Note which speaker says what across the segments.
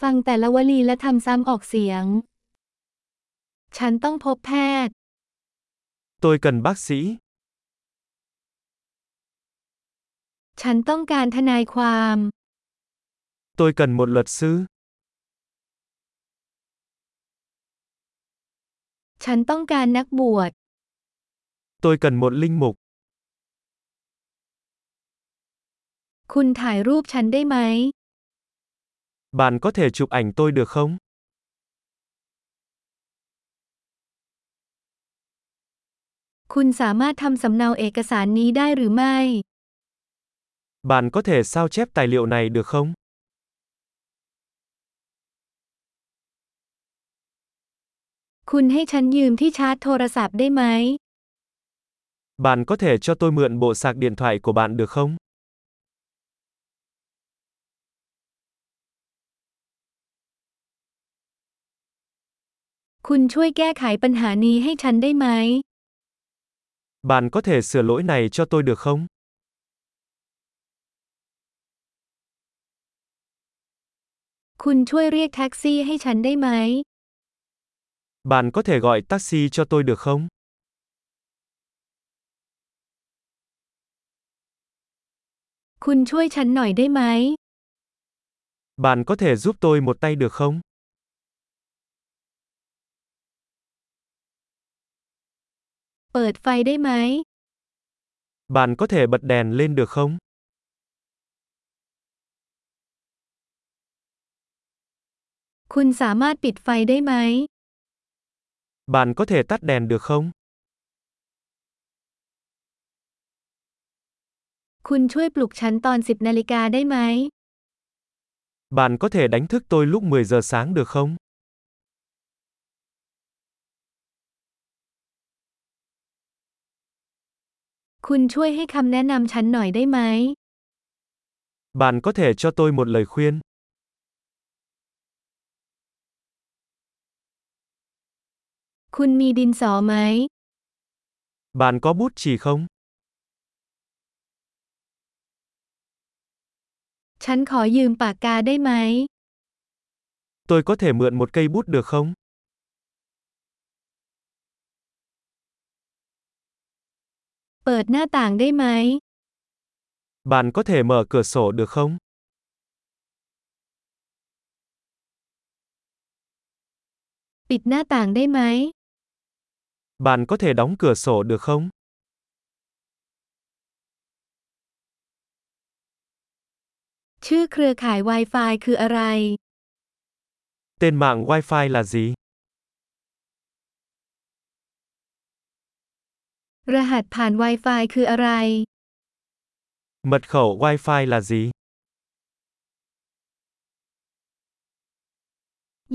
Speaker 1: ฟังแต่ละวลีและทำซ้ำออกเสียง ฉันต้องพบแพทย์
Speaker 2: Tôi cần bác sĩ.
Speaker 1: ฉันต้องการทนายความ
Speaker 2: Tôi cần một luật sư.
Speaker 1: ฉันต้องการนักบวช
Speaker 2: Tôi cần một linh mục.
Speaker 1: คุณถ่ายรูปฉันได้ไหม
Speaker 2: Bạn có thể chụp ảnh tôi được không?
Speaker 1: คุณสามารถทำสำเนาเอกสารนี้ได้หรือไม่
Speaker 2: Bạn có thể sao chép tài liệu này được không?
Speaker 1: คุณให้ฉันยืมที่ชาร์จโทรศัพท์ได้ไหม
Speaker 2: Bạn có thể cho tôi mượn bộ sạc điện thoại của bạn được không?
Speaker 1: คุณช่วยแก้ไขปัญหานี้ให้ฉันได้ไหม
Speaker 2: Bạn có thể sửa lỗi này cho tôi được không?
Speaker 1: คุณช่วยเรียกแท็กซี่ให้ฉันได้ไหม
Speaker 2: Bạn có thể gọi taxi cho tôi được không?
Speaker 1: คุณช่วยฉันหน่อยได้ไหม
Speaker 2: Bạn có thể giúp tôi một tay được không?
Speaker 1: เปิดไฟได้ไหม
Speaker 2: Bạn có thể bật đèn lên được không?
Speaker 1: คุณสามารถปิดไฟได้ไหม
Speaker 2: Bạn có thể tắt đèn được không?
Speaker 1: คุณช่วยปลุกฉันตอน 10นาฬิกาได้ไหม
Speaker 2: Bạn có thể đánh thức tôi lúc 10 giờ sáng được không?
Speaker 1: คุณช่วยให้คำแนะนำฉันหน่อยได้ไหม
Speaker 2: Bạn có thể cho tôi một lời khuyên.
Speaker 1: คุณมีดินสอไหม
Speaker 2: Bạn có bút chì không?
Speaker 1: ฉันขอยืมปากกาได้ไหม
Speaker 2: Tôi có thể mượn một cây bút được không?
Speaker 1: เปิดหน้าต่างได้ไหม
Speaker 2: Bạn có thể mở cửa sổ được không?
Speaker 1: ปิดหน้าต่างได้ไหม
Speaker 2: Bạn có thể đóng cửa sổ được không?
Speaker 1: ชื่อเครือข่าย Wi-Fi คืออะไร
Speaker 2: Tên mạng Wi-Fi là gì?
Speaker 1: รหัสผ่าน Wi-Fi คืออะไร
Speaker 2: Mật khẩu Wi-Fi là gì?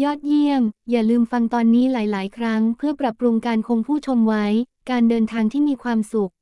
Speaker 1: ยอดเยี่ยม อย่าลืมฟังตอนนี้หลาย ๆ ครั้ง เพื่อปรับปรุงการคงผู้ชมไว้ การเดินทางที่มีความสุข